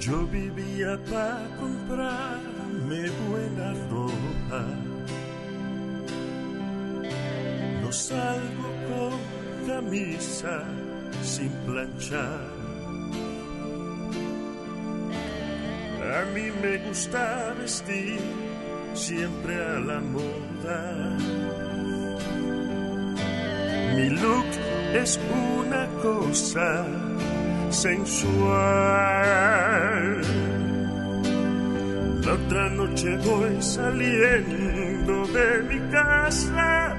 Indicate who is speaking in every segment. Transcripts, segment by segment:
Speaker 1: Yo vivía para comprarme buena ropa. No salgo con camisa sin planchar. A mí me gusta vestir siempre a la moda. Mi look es una cosa sensual. La otra noche voy saliendo de mi casa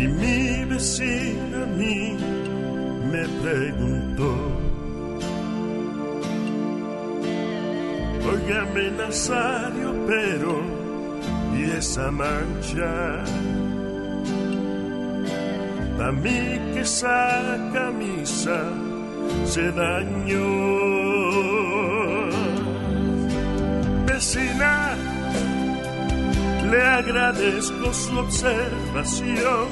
Speaker 1: y mi vecina a mí me preguntó. Óigame Nazario, pero y esa mancha a mí que esa camisa se dañó. Vecina, le agradezco su observación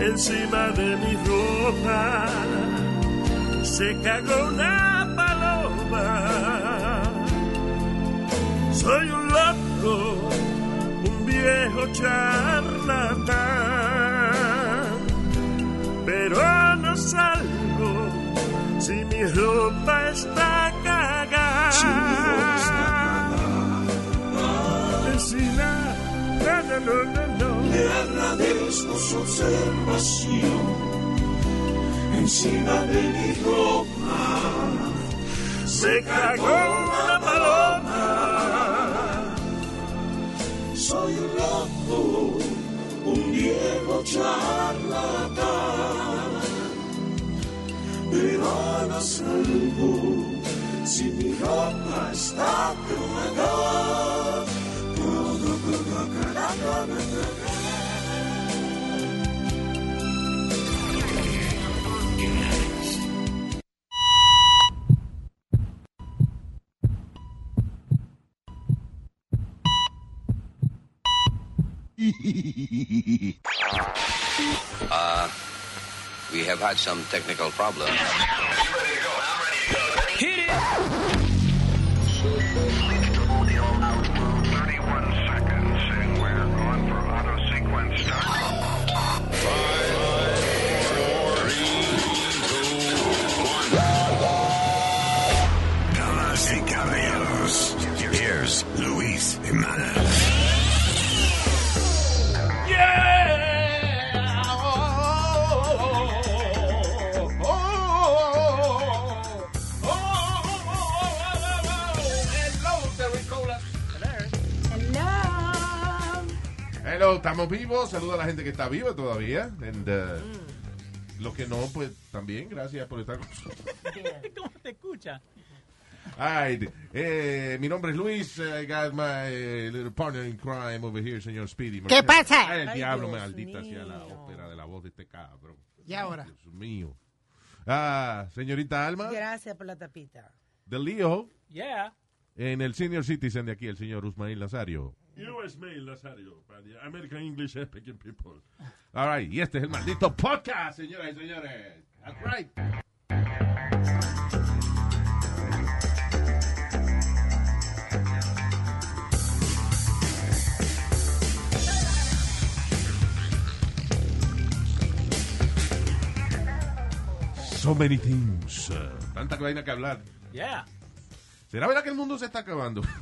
Speaker 1: encima de mi ropa. Se cagó una paloma. Soy un loco, un viejo charlatán pero no salgo si mi ropa está cagada. Si mi ropa está cagada. Vecina, no, no, no, no.
Speaker 2: Le agradezco su observación encima de mi ropa.
Speaker 1: Se cagó una paloma.
Speaker 2: Soy un loco, un viejo charlatán. Pero no salgo si mi ropa está cagada.
Speaker 3: Uh, we have had some technical problems.
Speaker 4: Damas y caballeros, here's Luis Jimenez.
Speaker 5: Hello, estamos vivos. Saluda a la gente que está viva todavía. And, uh,
Speaker 6: Mm.
Speaker 5: Los que no, pues también gracias por estar con nosotros.
Speaker 6: ¿Cómo te escucha?
Speaker 5: All right. Eh, mi nombre es Luis. I got my eh, little partner in crime over here, señor Speedy.
Speaker 7: ¿Qué
Speaker 5: Merced.
Speaker 7: pasa?
Speaker 5: Ay, el
Speaker 6: Ay,
Speaker 5: diablo,
Speaker 6: Dios
Speaker 5: maldita sea la
Speaker 6: mío.
Speaker 5: ópera de la voz de este cabrón.
Speaker 7: ¿Y ahora?
Speaker 5: Dios mío. Ah, señorita Alma,
Speaker 6: Gracias por la tapita.
Speaker 5: de Leo,
Speaker 6: Yeah.
Speaker 5: en el Senior Citizen de aquí, el señor Usmail Nazario.
Speaker 1: U.S. Mail, Nazario, para the American English speaking people.
Speaker 5: All right, y este es el maldito podcast, señoras y señores. That's right. So many things. eh, Tanta vaina que hablar.
Speaker 6: Yeah.
Speaker 5: ¿Será verdad que el mundo se está acabando?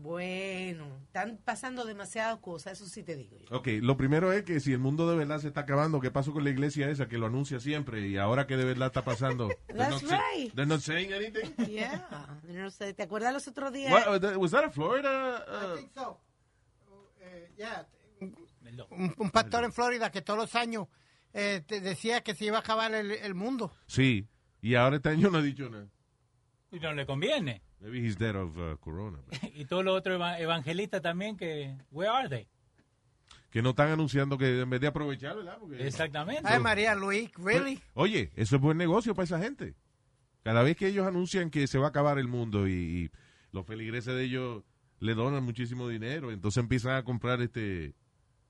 Speaker 7: Bueno, están pasando demasiadas cosas, eso sí te digo yo.
Speaker 5: Ok, lo primero es que si el mundo de verdad se está acabando, ¿qué pasó con la iglesia esa que lo anuncia siempre y ahora que de verdad está pasando? They're
Speaker 7: That's
Speaker 5: not say-
Speaker 7: right.
Speaker 5: They're not saying anything.
Speaker 7: Yeah. No sé, ¿te acuerdas los otros días?
Speaker 5: What, uh, that- was that a Florida? uh,
Speaker 8: I think so. Eh, yeah. un, un pastor en Florida que todos los años eh, te decía que se iba a acabar el, el mundo.
Speaker 5: sí. Y ahora este año no ha dicho nada.
Speaker 6: Y no le conviene.
Speaker 5: Maybe he's dead of uh, corona. but-
Speaker 6: Y todos los otros eva- evangelistas también que... Where are they?
Speaker 5: Que no están anunciando que en vez de aprovechar, ¿verdad? Porque-
Speaker 6: Exactamente.
Speaker 8: Ay, María Luis, really?
Speaker 5: Oye, eso es buen negocio para esa gente. Cada vez que ellos anuncian que se va a acabar el mundo y, y los feligreses de ellos le donan muchísimo dinero, entonces empiezan a comprar este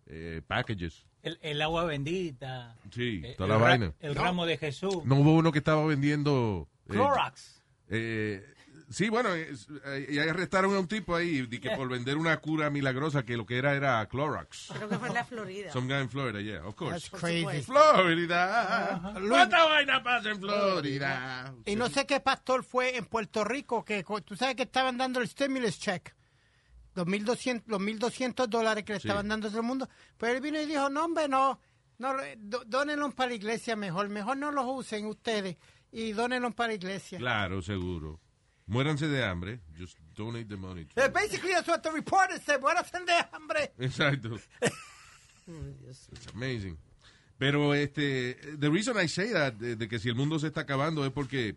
Speaker 5: eh, packages.
Speaker 6: El, el agua bendita.
Speaker 5: Sí,
Speaker 6: eh,
Speaker 5: toda la
Speaker 6: el ra-
Speaker 5: vaina.
Speaker 6: El ramo de Jesús.
Speaker 5: No hubo uno que estaba vendiendo... eh,
Speaker 6: Clorox.
Speaker 5: Eh, sí, bueno, es- eh, y ahí arrestaron a un tipo ahí de que por vender una cura milagrosa que lo que era era Clorox.
Speaker 7: Creo que fue en la Florida.
Speaker 5: Some guy in Florida, yeah, of course.
Speaker 8: That's crazy.
Speaker 5: Florida.
Speaker 8: Ajá.
Speaker 5: ¿Cuánta vaina pasa en Florida?
Speaker 8: Y no sé qué pastor fue en Puerto Rico que co- tú sabes que estaban dando el stimulus check. 2.200 los 1.200 dólares que le
Speaker 5: Sí.
Speaker 8: estaban dando a todo el mundo. Pero él vino y dijo, no, hombre, no, no re- do- dónenlos para la iglesia mejor. Mejor no los usen ustedes y dónenlos para la iglesia.
Speaker 5: Claro, seguro. Muéranse de hambre. Just donate the money. to-
Speaker 8: Eh, basically, that's what the reporter said. What hacen de hambre?
Speaker 5: Exacto. It's amazing. Pero este, the reason I say that, de, de que si el mundo se está acabando es porque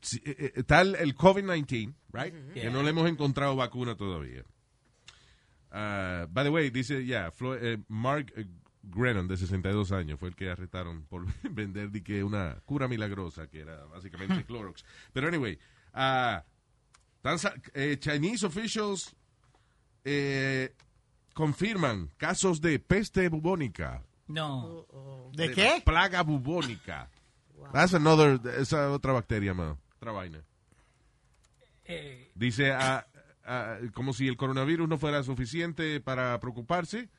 Speaker 5: si- eh, eh, está el, el COVID-19, right? Que no le hemos encontrado vacuna todavía. Ah, by the way, dice, yeah, Flo- eh, Mark eh, Grennan, de 62 años, fue el que arrestaron por vender di que una cura milagrosa, que era básicamente Clorox. Pero anyway, ah, tan sa- eh, Chinese officials eh, confirman casos de peste bubónica.
Speaker 6: No.
Speaker 8: ¿De qué?
Speaker 5: Plaga bubónica. That's another, esa otra bacteria, más. Otra vaina.
Speaker 6: Eh,
Speaker 5: Dice, ah, ah, como si el coronavirus no fuera suficiente para preocuparse,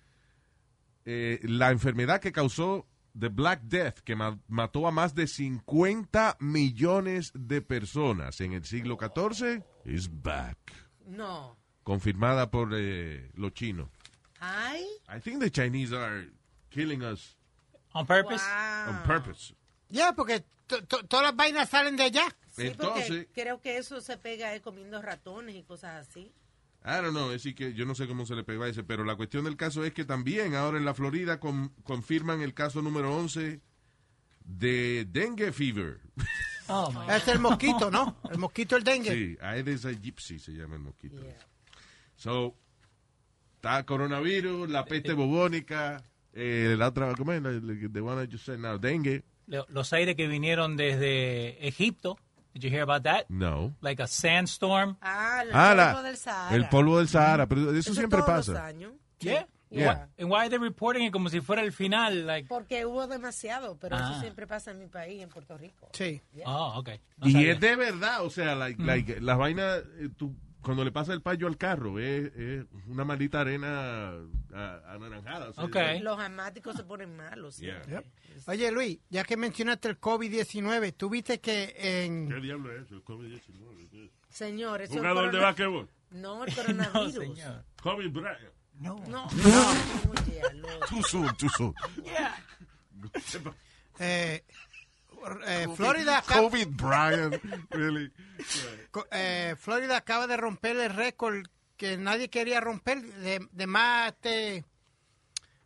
Speaker 5: eh, la enfermedad que causó The Black Death, que ma- mató a más de 50 millones de personas en el siglo XIV, is back.
Speaker 7: No.
Speaker 5: Confirmada por eh, los chinos.
Speaker 7: Ay.
Speaker 5: I think the Chinese are killing us
Speaker 6: on purpose.
Speaker 7: Wow.
Speaker 5: on purpose.
Speaker 8: Ya, porque to- to- todas las vainas salen de allá.
Speaker 7: Sí,
Speaker 5: Entonces-
Speaker 7: porque creo que eso se pega eh, comiendo ratones y cosas así.
Speaker 5: I don't know, es decir que yo no sé cómo se le pegó a ese, pero la cuestión del caso es que también ahora en la Florida con- confirman el caso número 11 de dengue fever.
Speaker 6: Oh, my
Speaker 8: Es el mosquito, ¿no? El mosquito, el dengue.
Speaker 5: Sí, Aedes aegypti se llama el mosquito.
Speaker 7: Yeah.
Speaker 5: So, está coronavirus,
Speaker 7: Eh,
Speaker 5: la peste bubónica, eh, la otra, ¿cómo es? La- la- The one I just said now, dengue.
Speaker 6: Lo- Los aires que vinieron desde Egipto. Did you hear about that?
Speaker 5: No.
Speaker 6: Like a sandstorm.
Speaker 7: Ah, el
Speaker 5: Ah, la-
Speaker 7: polvo del Sahara.
Speaker 5: el polvo del Sahara, pero eso,
Speaker 7: Eso
Speaker 5: siempre
Speaker 7: todos los
Speaker 5: pasa.
Speaker 7: años.
Speaker 6: Yeah.
Speaker 5: Yeah.
Speaker 6: And why are they reporting it como si fuera el final? Like,
Speaker 7: Porque hubo demasiado, pero
Speaker 6: Ah.
Speaker 7: eso siempre pasa en mi país, en Puerto Rico.
Speaker 8: Sí.
Speaker 6: oh, okay. No
Speaker 5: Y este?
Speaker 6: sabía. Mm.
Speaker 5: es de verdad, o sea, like, like, las vainas, eh, tú- cuando le pasa el payo al carro, es, es una maldita arena ah, anaranjada. o sea,
Speaker 6: Ok.
Speaker 5: like,
Speaker 7: Los asmáticos se ponen malos.
Speaker 5: Yeah.
Speaker 7: siempre.
Speaker 8: Yep. Oye, Luis, ya que mencionaste el COVID-19, tú viste que en...
Speaker 5: ¿Qué diablo es eso? El COVID-19. ¿qué es?
Speaker 7: Señor, eso es
Speaker 5: Jugador de
Speaker 7: corona-
Speaker 5: básquetbol.
Speaker 7: No, el
Speaker 6: No,
Speaker 7: coronavirus.
Speaker 6: Oh, señor.
Speaker 5: Kobe Bryant.
Speaker 6: No.
Speaker 7: No, no, oye, aló.
Speaker 4: Too soon, too soon.
Speaker 8: eh, eh, Florida, acaba,
Speaker 4: COVID Brian.
Speaker 5: Really?
Speaker 8: co- eh, Florida acaba de romper el récord que nadie quería romper de, de más este,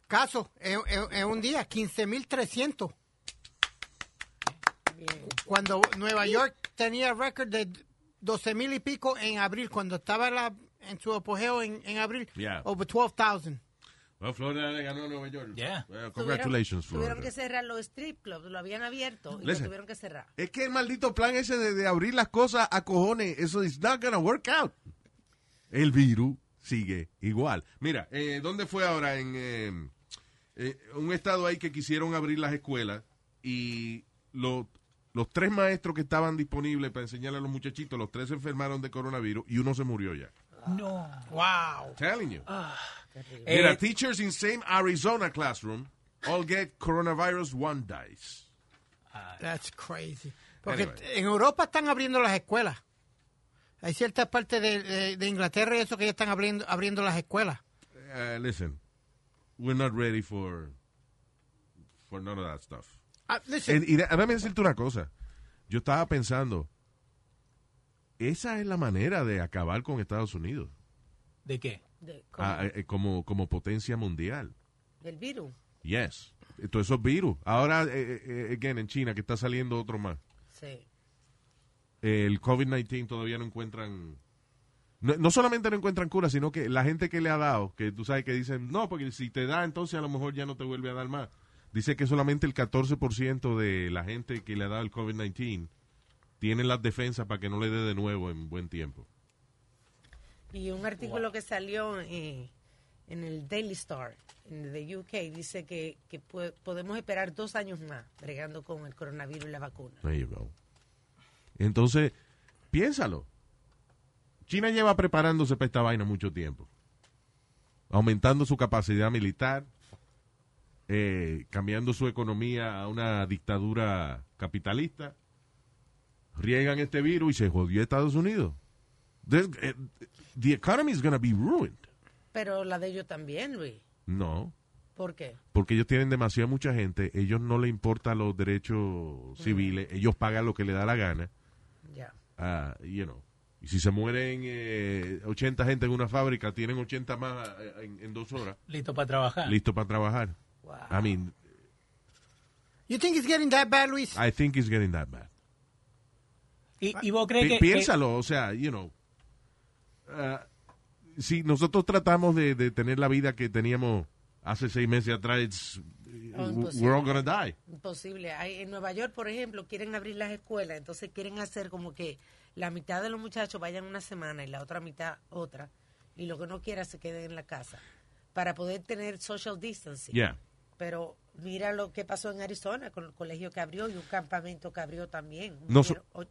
Speaker 8: casos en, en- en eh, un día, 15.300. Cuando Nueva York tenía récord de 12.000 y pico en abril, cuando estaba la- en su apogeo en, en abril,
Speaker 5: Yeah.
Speaker 8: over 12,000.
Speaker 5: Well, Florida le ganó a Nueva York.
Speaker 6: Yeah.
Speaker 5: Well, congratulations,
Speaker 7: tuvieron,
Speaker 5: Florida.
Speaker 7: tuvieron que cerrar los strip clubs, lo habían abierto y lo
Speaker 5: Listen.
Speaker 7: tuvieron que cerrar.
Speaker 5: Es que el maldito plan ese de, de abrir las cosas a cojones, eso is not gonna work out. El virus sigue igual. Mira, eh, ¿dónde fue ahora? En eh, eh, un estado ahí que quisieron abrir las escuelas y lo- los tres maestros que estaban disponibles para enseñarle a los muchachitos, los tres se enfermaron de coronavirus y uno se murió ya.
Speaker 6: No.
Speaker 8: ¡Wow!
Speaker 5: Telling you. Mira,
Speaker 6: Eh,
Speaker 5: teachers in same Arizona classroom all get coronavirus, one dies.
Speaker 8: That's crazy. Porque
Speaker 5: Anyway.
Speaker 8: t- en Europa están abriendo las escuelas. Hay ciertas partes de, de- de Inglaterra y eso que ya están abriendo, abriendo las escuelas.
Speaker 5: uh, listen, we're not ready for for none of that stuff.
Speaker 8: Ah, listen,
Speaker 5: And, y de- déjame decirte una cosa. Yo estaba pensando, esa es la manera de acabar con Estados Unidos
Speaker 6: ¿De qué?
Speaker 7: De- con
Speaker 5: ah, eh, eh, como, como potencia mundial.
Speaker 7: El virus.
Speaker 5: Yes. Eh, Todos esos virus. Ahora, eh, eh, eh, again, en China, que está saliendo otro más.
Speaker 7: Sí.
Speaker 5: El COVID-19 todavía no encuentran... No, no solamente no encuentran cura, sino que la gente que le ha dado, que tú sabes que dicen, no, porque si te da, entonces a lo mejor ya no te vuelve a dar más. Dice que solamente el 14% de la gente que le ha dado el COVID-19 tiene las defensas para que no le dé de nuevo en buen tiempo.
Speaker 7: Y un artículo que salió eh, en el Daily Star en de UK dice que, que po- podemos esperar dos años más bregando con el coronavirus y la vacuna.
Speaker 5: There you go. Entonces, piénsalo. China lleva preparándose para esta vaina mucho tiempo. Aumentando su capacidad militar, eh, cambiando su economía a una dictadura capitalista. Riegan este virus y se jodió Estados Unidos. There's- eh, the economy is going be ruined.
Speaker 7: Pero la de ellos también, Luis.
Speaker 5: No,
Speaker 7: ¿Por qué?
Speaker 5: porque ellos tienen demasiada mucha gente, ellos no les importan los derechos civiles, ellos pagan lo que les da la gana.
Speaker 7: Ya.
Speaker 5: Ah, you know. Y si se mueren eh, 80 gente en una fábrica, tienen 80 más eh, en, en dos horas,
Speaker 6: Listo para trabajar.
Speaker 5: listo para trabajar.
Speaker 7: Wow.
Speaker 5: I mean,
Speaker 8: You think it's getting that bad, Luis?
Speaker 5: I think it's getting that bad.
Speaker 6: ¿Y, y vos crees
Speaker 5: Pi-
Speaker 6: que,
Speaker 5: piénsalo, o sea, you know. ah, si nosotros tratamos de, de tener la vida que teníamos hace seis meses atrás, it's-
Speaker 7: Oh, imposible.
Speaker 5: we're all gonna die.
Speaker 7: Imposible. Hay- en Nueva York, por ejemplo, quieren abrir las escuelas, entonces quieren hacer como que la mitad de los muchachos vayan una semana y la otra mitad otra, y lo que no quiera se queden en la casa para poder tener social distancing.
Speaker 5: Yeah.
Speaker 7: Pero mira lo que pasó en Arizona con el colegio que abrió y un campamento que abrió también.
Speaker 5: No so-
Speaker 7: Murieron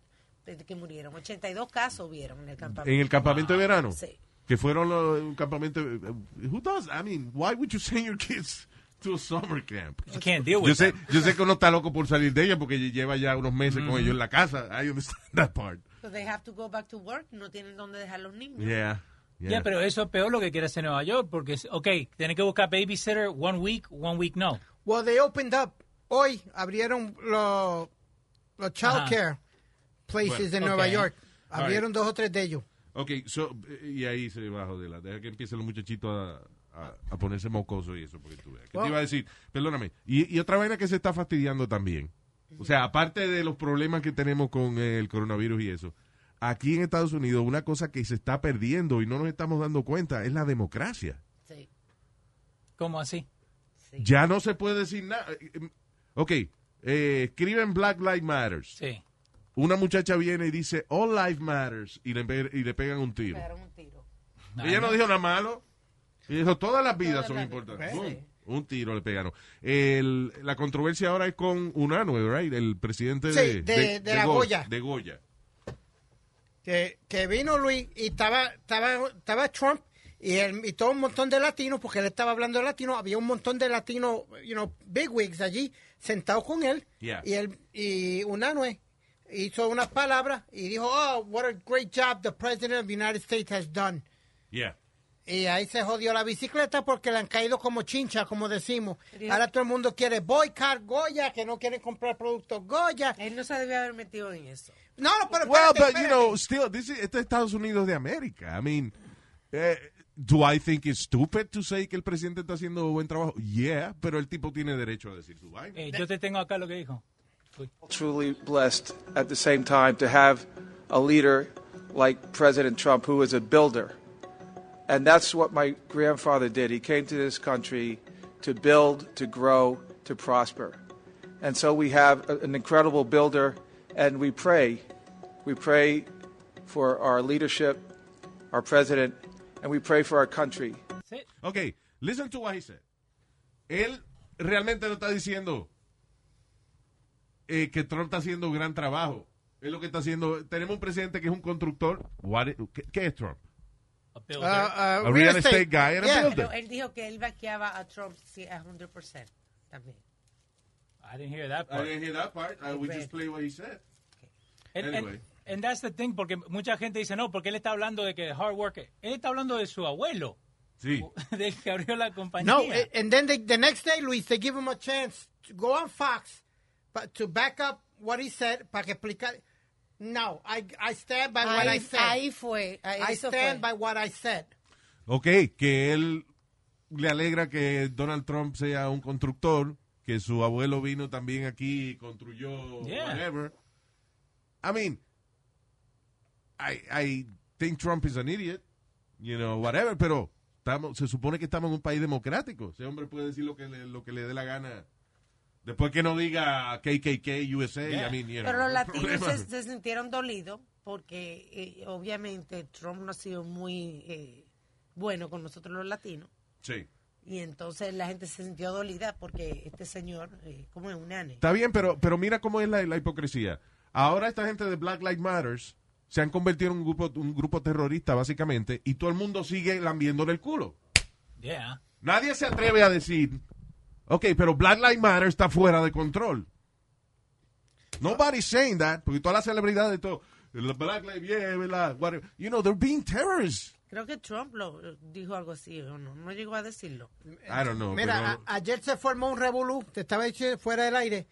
Speaker 7: och- que murieron. 82 casos vieron en el campamento.
Speaker 5: En el campamento de verano.
Speaker 7: Sí.
Speaker 5: Que fueron los un campamento. eh, Who does? I mean, why would you send your kids to a summer camp?
Speaker 6: You can't deal with
Speaker 5: Yo sé,
Speaker 6: that.
Speaker 5: yo sé que uno está loco por salir de ella porque lleva ya unos meses con ellos en la casa. I understand that part.
Speaker 7: So they have to go back to work. No tienen dónde dejar los niños.
Speaker 5: Yeah.
Speaker 6: Ya, pero eso es peor lo que quiere hacer Nueva York, porque, es- ok, tenés que buscar babysitter one week, one week no.
Speaker 8: Well, they opened up. Hoy abrieron los los child
Speaker 6: Ajá.
Speaker 8: care places en
Speaker 6: Bueno,
Speaker 8: Nueva
Speaker 6: ok.
Speaker 8: York.
Speaker 5: All
Speaker 8: Abrieron dos o tres de ellos.
Speaker 5: Ok, so, eh, y ahí se bajó de la. Deja que empiece los muchachitos a, a- a ponerse mocoso y eso, porque tú veas. ¿Qué te
Speaker 8: Well-
Speaker 5: iba a decir? Perdóname. Y, y otra vaina que se está fastidiando también. O sea, aparte de los problemas que tenemos con eh, el coronavirus y eso, aquí en Estados Unidos, una cosa que se está perdiendo y no nos estamos dando cuenta es la democracia.
Speaker 7: Sí,
Speaker 6: ¿Cómo así?
Speaker 7: sí.
Speaker 5: Ya no se puede decir nada. Eh, eh, Ok, eh, escriben Black Lives Matters.
Speaker 6: Sí.
Speaker 5: Una muchacha viene y dice All Life Matters y le, pe- y le pegan un tiro.
Speaker 7: Pegaron un tiro.
Speaker 5: Ella no dijo nada malo. Ella dijo todas las vidas
Speaker 7: Todas
Speaker 5: son
Speaker 7: las
Speaker 5: importantes.
Speaker 7: vidas.
Speaker 5: Boom. Un tiro le pegaron. El- la controversia ahora es con Unanue, right? El presidente
Speaker 8: Sí,
Speaker 5: de,
Speaker 8: de- de la
Speaker 5: Go-
Speaker 8: Goya.
Speaker 5: De Goya.
Speaker 8: Que, que vino Luis y estaba, estaba, estaba Trump y, él, y todo un montón de latinos, porque él estaba hablando de latinos, había un montón de latinos, you know, bigwigs allí, sentados con él.
Speaker 5: Yeah.
Speaker 8: Y él, y Unanue hizo unas palabras y dijo, oh, what a great job the president of the United States has done.
Speaker 5: Yeah.
Speaker 8: Y ahí se jodió la bicicleta porque le han caído como chincha, como decimos.
Speaker 7: Pero-
Speaker 8: Ahora todo el mundo quiere boycott Goya, que no quieren comprar productos Goya.
Speaker 7: Él no se debía haber metido en eso.
Speaker 8: No, no, pero
Speaker 5: Well,
Speaker 8: espérate,
Speaker 5: but you
Speaker 8: espérate.
Speaker 5: know, still, this is, este es Estados Unidos de América. I mean, eh, do I think it's stupid to say que el presidente está haciendo buen trabajo? Yeah, pero el tipo tiene derecho a decir su vaina.
Speaker 6: Eh, yo te tengo acá lo que dijo.
Speaker 9: truly blessed at the same time to have a leader like President Trump who is a builder. And that's what my grandfather did. He came to this country to build, to grow, to prosper. And so we have a- an incredible builder, and we pray. We pray for our leadership, our president, and we pray for our country.
Speaker 6: Sí.
Speaker 5: Ok, listen to what he said. Él realmente no está diciendo eh, que Trump está haciendo un gran trabajo. Es lo que está haciendo. Tenemos un presidente que es un constructor. What i- ¿qué, qué es Trump?
Speaker 6: A builder.
Speaker 8: Ah, ah,
Speaker 5: uh, A real estate guy and a builder.
Speaker 7: Pero él dijo que él vaqueaba a Trump sí, a 100% también.
Speaker 6: I didn't hear that part.
Speaker 5: hear that part. I
Speaker 7: would just
Speaker 5: play what he said.
Speaker 6: And, and-
Speaker 5: Anyway.
Speaker 6: and that's the thing, porque mucha gente dice, no, porque él está hablando de que hard worker. Él está hablando de su abuelo,
Speaker 5: Sí.
Speaker 6: del que abrió la compañía.
Speaker 8: No, eh, a- and then they, the next day, Luis, they give him a chance to go on Fox but to back up what he said, para que explicar. No, I, I stand by what I
Speaker 7: Ahí,
Speaker 8: said.
Speaker 7: ahí fue. ahí
Speaker 8: I
Speaker 7: eso
Speaker 8: stand
Speaker 7: fue.
Speaker 8: by what I said.
Speaker 5: Ok, que él le alegra que Donald Trump sea un constructor, que su abuelo vino también aquí y construyó
Speaker 6: Yeah.
Speaker 5: whatever. I mean, I, I think Trump is an idiot, you know, whatever, pero estamos, se supone que estamos en un país democrático. Ese hombre puede decir lo que le, lo que le dé la gana. Después que no diga KKK, USA,
Speaker 6: Yeah.
Speaker 5: I mean, you know,
Speaker 7: Pero los
Speaker 5: no
Speaker 7: latinos
Speaker 5: problema.
Speaker 7: se, se sintieron dolidos porque eh, obviamente Trump no ha sido muy eh, bueno con nosotros los latinos.
Speaker 5: Sí.
Speaker 7: Y entonces la gente se sintió dolida porque este señor, eh, como es un nane.
Speaker 5: Está bien, pero, pero mira cómo es la, la hipocresía. Ahora esta gente de Black Lives Matters se han convertido en un grupo, un grupo terrorista, básicamente, y todo el mundo sigue lambiéndole el culo.
Speaker 6: Yeah.
Speaker 5: Nadie se atreve a decir, ok, pero Black Lives Matter está fuera de control. Nobody's saying that, porque todas las celebridades, todo, el Black Lives yeah, la- whatever. you know, they're being terrorists.
Speaker 7: Creo que Trump lo eh, dijo algo así, o no, no llegó a decirlo.
Speaker 5: I don't know.
Speaker 8: Mira, ah,
Speaker 5: pero-
Speaker 8: a- ayer se formó un revolú, te estaba diciendo fuera del aire,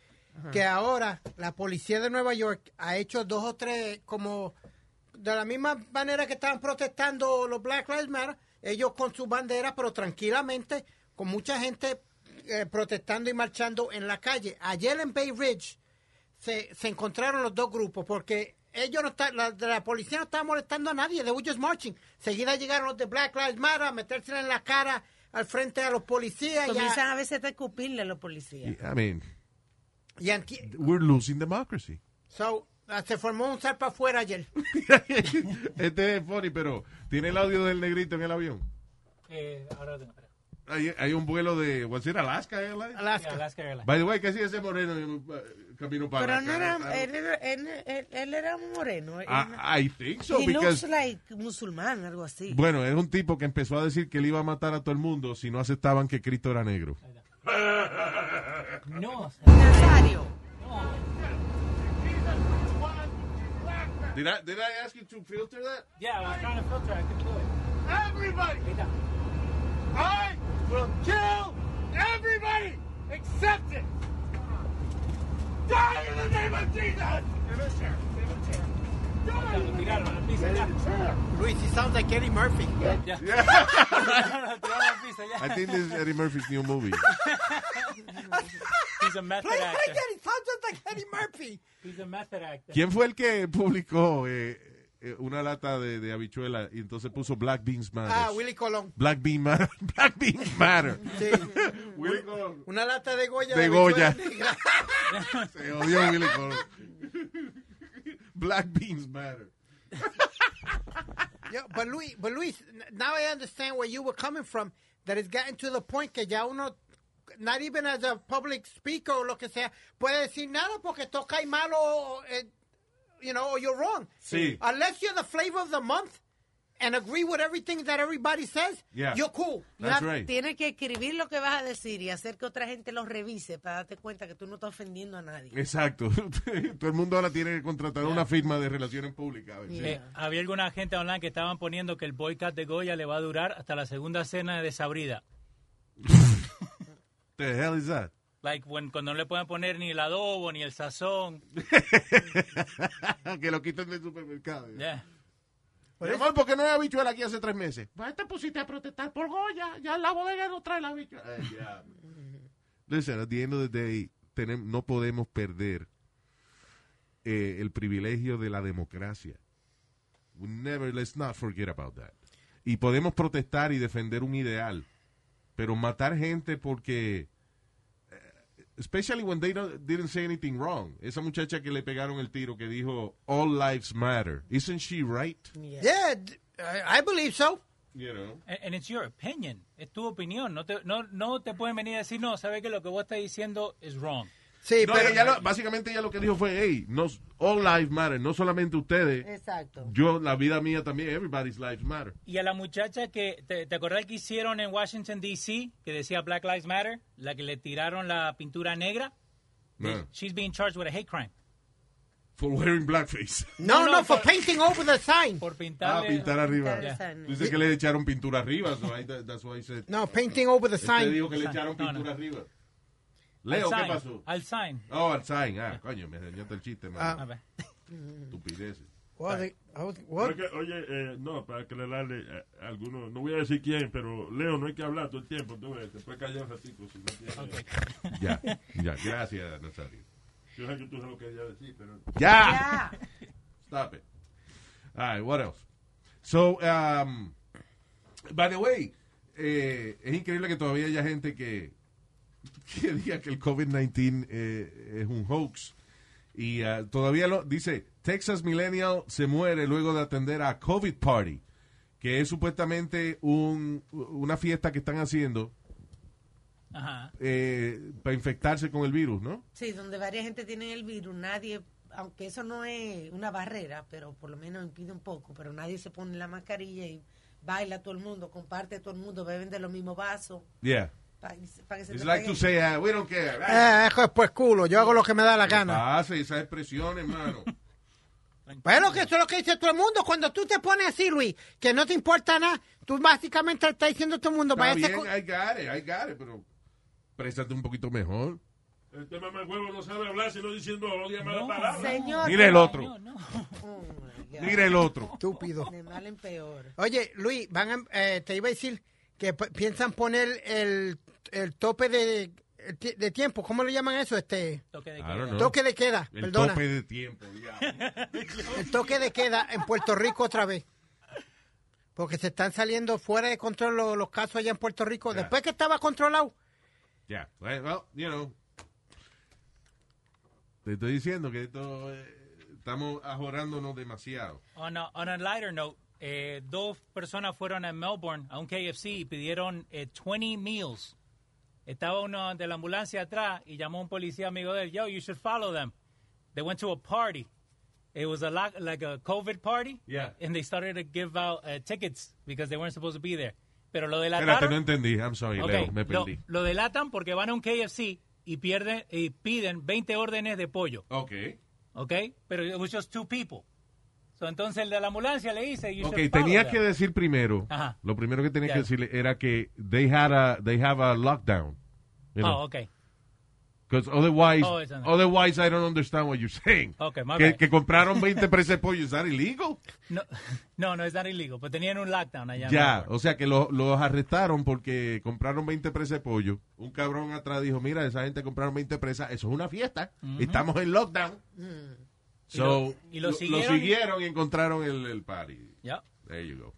Speaker 8: que ahora la policía de Nueva York ha hecho dos o tres, como de la misma manera que estaban protestando los Black Lives Matter, ellos con sus banderas, pero tranquilamente, con mucha gente eh, protestando y marchando en la calle. Ayer en Bay Ridge se, se encontraron los dos grupos, porque ellos no está, la, la policía no estaba molestando a nadie, they were just marching. Seguida llegaron los de Black Lives Matter a meterse en la cara al frente a los policías. y a-
Speaker 7: Comienzan a veces a escupirle a los policías.
Speaker 5: I mean,
Speaker 8: y anti-
Speaker 5: we're losing democracy.
Speaker 8: so, ah, se formó un zarpa afuera ayer.
Speaker 5: este es funny, pero ¿tiene el audio del negrito en el avión?
Speaker 6: Eh, ahora lo tengo. espera.
Speaker 5: Hay, hay un vuelo de, ¿what's it, Alaska Airlines?
Speaker 6: Yeah,
Speaker 8: Alaska.
Speaker 6: Alaska Airlines.
Speaker 5: By the way, ¿qué hacía ese moreno en un, eh, camino para
Speaker 7: Pero no
Speaker 5: acá?
Speaker 7: era,
Speaker 5: I-
Speaker 7: él, era, él, él- él era un moreno. él no-
Speaker 5: Ah, I, I think so,
Speaker 7: He
Speaker 5: because...
Speaker 7: looks like musulmán, algo así.
Speaker 5: Bueno, es un tipo que empezó a decir que él iba a matar a todo el mundo si no aceptaban que Cristo era negro.
Speaker 6: No,
Speaker 7: Nazario.
Speaker 5: Did I, did I ask you to filter that?
Speaker 6: yeah, I'm trying to filter. I couldn't do it.
Speaker 2: Everybody! I will kill everybody except it! Die in the name of Jesus! Die in the name
Speaker 6: Tiraron la pizza ya.
Speaker 8: Luis, he sounds like Eddie Murphy.
Speaker 6: Tiraron la pizza
Speaker 5: I
Speaker 6: ya.
Speaker 5: think this is Eddie Murphy's new movie.
Speaker 6: He's a method
Speaker 8: Play it
Speaker 6: actor.
Speaker 8: again, he sounds just like Eddie Murphy.
Speaker 6: He's a method actor.
Speaker 5: ¿Quién fue el que publicó eh, eh, una lata de, de habichuela y entonces puso Black Beans Matter?
Speaker 8: Ah, Willy Colón.
Speaker 5: Black, Bean Matter. Black Beans Matter.
Speaker 8: Sí.
Speaker 5: Willy Colón.
Speaker 8: Una lata de Goya.
Speaker 5: De
Speaker 8: habichuela
Speaker 5: Goya.
Speaker 8: negra.
Speaker 5: Se odió Willy Colón. Black Beans Matter.
Speaker 8: Yeah, but Luis, but Luis, n- now I understand where you were coming from. That it's gotten to the point que ya uno, not even as a public speaker o lo que sea, puede decir nada porque toca y malo, o, eh, you know, or you're wrong.
Speaker 5: Sí.
Speaker 8: Unless you're the flavor of the month and agree with everything that everybody says,
Speaker 5: Yeah.
Speaker 8: you're cool.
Speaker 5: That's
Speaker 7: No,
Speaker 5: right.
Speaker 7: Tienes que escribir lo que vas a decir y hacer que otra gente lo revise para darte cuenta que tú no estás ofendiendo a nadie.
Speaker 5: Exacto. Todo el mundo ahora tiene que contratar una firma de relaciones públicas. a ver si-
Speaker 6: Eh, había alguna gente online que estaban poniendo que el boycott de Goya le va a durar hasta la segunda cena de desabrida.
Speaker 5: The hell is that?
Speaker 6: Like, when, cuando no le pueden poner ni el adobo, ni el sazón.
Speaker 5: que lo quiten del supermercado.
Speaker 6: Yeah.
Speaker 5: Mi amor, ¿por qué no hay habichuela aquí hace tres meses? Pues te pusiste a protestar por Goya. Ya la bodega no trae la habichuela. Ay, ya. Listen, at the end of the day, tenem- no podemos perder eh, el privilegio de la democracia. We never, let's not forget about that. Y podemos protestar y defender un ideal, pero matar gente porque... eh, Especially when they don't- didn't say anything wrong. Esa muchacha que le pegaron el tiro que dijo, All lives matter. Isn't she right?
Speaker 8: Yeah, d- I I believe so.
Speaker 5: You know.
Speaker 6: And, and it's your opinion. Es tu opinión. No te, no, no te pueden venir a decir, no, sabes que lo que vos estás diciendo es wrong.
Speaker 8: Sí,
Speaker 5: No,
Speaker 8: pero
Speaker 5: ella lo- básicamente ella lo que dijo fue, hey, no, all lives matter, no solamente ustedes,
Speaker 7: Exacto.
Speaker 5: yo, la vida mía también, everybody's lives matter.
Speaker 6: Y a la muchacha que, ¿te, te acordás que hicieron en Washington, D.C., que decía Black Lives Matter, la que le tiraron la pintura negra?
Speaker 5: No.
Speaker 6: She's being charged with a hate crime.
Speaker 5: For wearing blackface.
Speaker 8: no,
Speaker 6: no,
Speaker 8: no, for painting over the sign.
Speaker 6: Por
Speaker 5: Ah,
Speaker 6: pintarle...
Speaker 5: pintar arriba.
Speaker 7: Pintar el
Speaker 5: Dice que le echaron pintura arriba, so I- that- that's why I said.
Speaker 8: No, painting over the
Speaker 5: Este
Speaker 8: sign.
Speaker 5: dijo que le echaron
Speaker 6: No, no.
Speaker 5: pintura arriba.
Speaker 6: al
Speaker 5: Leo, ¿qué
Speaker 6: sign,
Speaker 5: pasó?
Speaker 6: Al sign.
Speaker 5: Oh, al sign. Ah, coño, me dañaste el chiste,
Speaker 6: A
Speaker 8: Ah.
Speaker 5: man.
Speaker 6: ver.
Speaker 5: Estupideces.
Speaker 8: Well, they- I was- what?
Speaker 10: Creo que- oye, eh, no, para aclararle eh, a alguno, no voy a decir quién, pero Leo, no hay que hablar todo el tiempo, tú ves, te puedes callar un ratico si no tienes.
Speaker 5: Ya, ya, gracias, Nazario.
Speaker 10: Yo sé que tú sabes lo que quería decir, pero...
Speaker 5: Ya.
Speaker 7: Ya.
Speaker 5: Stop it. All right, what else? So, um, by the way, eh, es increíble que todavía haya gente que, que diga que el COVID-19 eh, es un hoax. Y ah, todavía lo dice, Texas Millennial se muere luego de atender a COVID Party, que es supuestamente un, una fiesta que están haciendo
Speaker 6: Ajá.
Speaker 5: eh, para infectarse con el virus, ¿no?
Speaker 7: Sí, donde varias gente tiene el virus, nadie, aunque eso no es una barrera, pero por lo menos impide un poco, pero nadie se pone la mascarilla y baila todo el mundo, comparte todo el mundo, beben de los mismos vasos.
Speaker 5: Yeah.
Speaker 7: Para que se
Speaker 5: It's
Speaker 7: te
Speaker 5: like
Speaker 7: pegue.
Speaker 5: to say, ah, we don't care.
Speaker 8: Eh, hijo de pues culo, yo hago lo que me da la gana.
Speaker 5: Ah, sí, esas expresiones, mano.
Speaker 8: Bueno, que eso es lo que dice todo el mundo. Cuando tú te pones así, Luis, que no te importa nada, tú básicamente le estás diciendo a todo el mundo,
Speaker 5: Está
Speaker 8: váyase
Speaker 5: bien, eh.
Speaker 8: con-
Speaker 5: I got it, I got it, pero préstate un poquito mejor.
Speaker 10: Este mamacuevo no sabe hablar, sino diciendo odia malas palabras.
Speaker 7: Señor,
Speaker 5: Mira el otro,
Speaker 6: No, no.
Speaker 7: Oh, my God.
Speaker 5: mira el otro.
Speaker 8: Estúpido.
Speaker 7: De mal en peor.
Speaker 8: Oye, Luis, van a- eh, te iba a decir que p- piensan poner el, el tope de, de tiempo. ¿Cómo le llaman eso? Este
Speaker 6: Toque de
Speaker 5: I
Speaker 6: queda.
Speaker 5: don't know.
Speaker 8: toque de queda.
Speaker 5: El
Speaker 8: perdona.
Speaker 5: tope de tiempo, diablo.
Speaker 8: El toque de queda en Puerto Rico otra vez. Porque se están saliendo fuera de control lo- los, casos allá en Puerto Rico.
Speaker 5: Ya.
Speaker 8: Después que estaba controlado.
Speaker 5: Ya, well, well, you know. Te estoy diciendo que esto eh, estamos ajorándonos demasiado.
Speaker 6: On a, on a lighter note, eh, dos personas fueron a Melbourne a un KFC y pidieron eh, 20 meals. Estaba uno de la ambulancia atrás y llamó un policía amigo de él, yo, you should follow them. They went to a party. It was a lot, like a COVID party.
Speaker 5: Yeah.
Speaker 6: And they started to give out uh, tickets because they weren't supposed to be there. Pero lo
Speaker 5: Espérate,
Speaker 6: delataron.
Speaker 5: no entendí. I'm sorry,
Speaker 6: Ok,
Speaker 5: Leo, me
Speaker 6: lo,
Speaker 5: perdí.
Speaker 6: lo delatan porque van a un KFC y, pierden, y piden 20 órdenes de pollo.
Speaker 5: Ok.
Speaker 6: ¿ok? Pero it was just two people. So, entonces el de la ambulancia le dice, you
Speaker 5: Ok,
Speaker 6: should follow
Speaker 5: tenías
Speaker 6: them.
Speaker 5: que decir primero,
Speaker 6: Ajá.
Speaker 5: lo primero que tenías
Speaker 6: Ya.
Speaker 5: que decirle era que they had a, they have a lockdown. You know?
Speaker 6: Oh, ok.
Speaker 5: Because otherwise,
Speaker 6: Oh, it's not-
Speaker 5: otherwise I don't understand what you're saying.
Speaker 6: Okay, my
Speaker 5: que,
Speaker 6: bad.
Speaker 5: que compraron 20 presas de pollo, ¿es that illegal?
Speaker 6: No, no, no es tan illegal, pero tenían un lockdown allá.
Speaker 5: Ya,
Speaker 6: en Melbourne.
Speaker 5: o sea que lo- los arrestaron porque compraron 20 presas de pollo. Un cabrón atrás dijo, mira, esa gente compraron 20 presas, eso es una fiesta, estamos en lockdown. So,
Speaker 6: Y lo- y lo
Speaker 5: lo-
Speaker 6: siguieron y-
Speaker 5: siguieron y encontraron el, el party.
Speaker 6: Ya.
Speaker 5: There you go.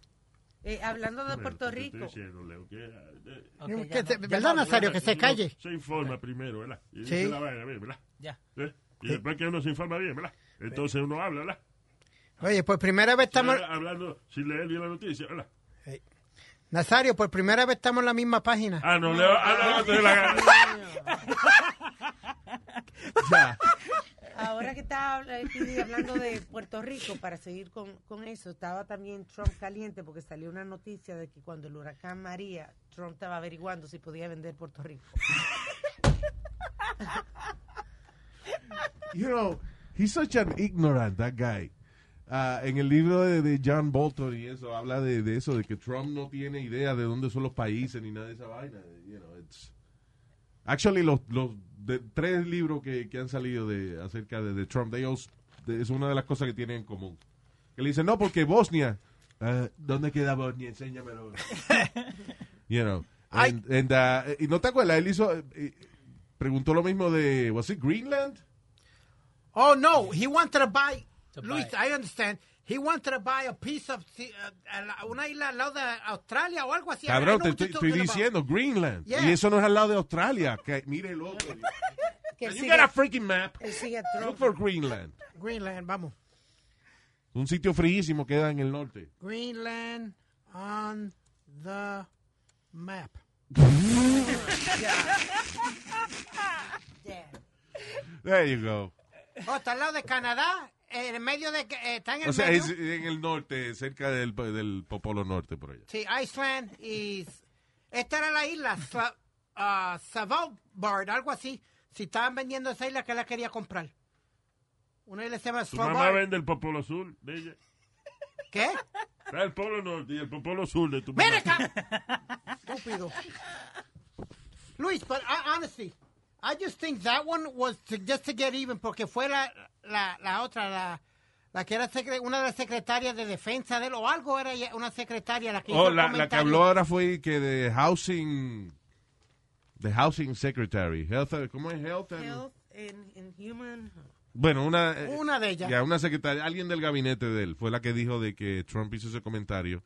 Speaker 7: Eh, hablando de Puerto
Speaker 10: Te
Speaker 7: Rico,
Speaker 10: estoy diciendo, Leo, que, eh,
Speaker 6: Ok,
Speaker 8: Que
Speaker 6: ya,
Speaker 8: se-
Speaker 6: no,
Speaker 8: ¿Verdad, Nazario? Que se
Speaker 10: uno
Speaker 8: calle.
Speaker 10: Se informa primero, ¿verdad? Y
Speaker 8: Sí.
Speaker 10: dice la vaina, bien, ¿verdad?
Speaker 6: ya.
Speaker 10: ¿Eh? Y después que uno se informa bien, ¿verdad? Entonces uno habla, ¿verdad?
Speaker 8: Oye, por primera vez
Speaker 10: Estamos...
Speaker 8: estamos...
Speaker 10: hablando sin leer bien la noticia, ¿verdad?
Speaker 8: Nazario, por primera vez estamos en la misma página.
Speaker 10: Ah, no, Leo, habla de la
Speaker 5: Ya.
Speaker 7: ahora que estaba habla- Speedy, hablando de Puerto Rico, para seguir con, con eso, estaba también Trump caliente porque salió una noticia de que cuando el huracán María, Trump estaba averiguando si podía vender Puerto Rico.
Speaker 5: you know, he's such an ignorant, that guy. Ah, en el libro de, de John Bolton y eso, habla de, de eso, de que Trump no tiene idea de dónde son los países ni nada de esa vaina. You know, it's- Actually, los, los de- tres libros que, que han salido de acerca de, de Trump, they all s- de- es una de las cosas que tienen en común. Que le dicen, no, porque Bosnia. Ah, ¿Dónde queda Bosnia? Enséñamelo. you know. And- and, ah, y no te acuerdas, él hizo, eh, eh, preguntó lo mismo de, ¿was it Greenland?
Speaker 8: Oh, no, he wanted to buy...
Speaker 6: To
Speaker 8: Luis,
Speaker 6: buy.
Speaker 8: I understand. He wanted to buy a piece of... the- uh, la- una isla al lado de Australia o algo así. I
Speaker 5: Cabrón,
Speaker 8: don't know
Speaker 5: te
Speaker 8: what
Speaker 5: estoy,
Speaker 8: you're
Speaker 5: estoy
Speaker 8: talking
Speaker 5: diciendo
Speaker 8: about.
Speaker 5: Greenland.
Speaker 8: Yeah.
Speaker 5: Y eso no es al lado de Australia. Que, mire el otro.
Speaker 7: Que
Speaker 5: You
Speaker 7: sigue,
Speaker 5: got a freaking map.
Speaker 7: él sigue a
Speaker 5: Look
Speaker 7: Trump.
Speaker 5: for Greenland.
Speaker 8: Greenland, vamos.
Speaker 5: Un sitio fríísimo queda en el norte.
Speaker 8: Greenland on the map.
Speaker 7: Yeah.
Speaker 5: There you go.
Speaker 8: Oh, está al lado de Canadá, en el medio de... eh, está en el
Speaker 5: O sea,
Speaker 8: medio.
Speaker 5: es en el norte, cerca del, del Popolo Norte, por allá.
Speaker 8: Sí, Iceland y... Esta era la isla, Sla, ah, Svalbard, algo así. Si estaban vendiendo esa isla, que la quería comprar? Una isla se llama
Speaker 10: Tu mamá
Speaker 8: Svalbard.
Speaker 10: vende el popolo sur de ella.
Speaker 8: ¿Qué?
Speaker 10: Está el polo norte y el popolo sur de tu mamá.
Speaker 8: ¡Ven acá! Estúpido. Luis, but I, honestly, I just think that one was to- just to get even, porque fue la, la, la otra, la, la que era secre- una de las secretarias de defensa de él, o algo era ella- una secretaria la que hizo
Speaker 5: Oh,
Speaker 8: el
Speaker 5: la, la que
Speaker 8: comentario.
Speaker 5: habló ahora fue que de Housing. The Housing Secretary. Health, ¿Cómo es Health? and-
Speaker 7: Health and- and human-
Speaker 5: Bueno, una, eh,
Speaker 8: Una de ellas.
Speaker 5: Ya, una secretaria, alguien del gabinete de él fue la que dijo de que Trump hizo ese comentario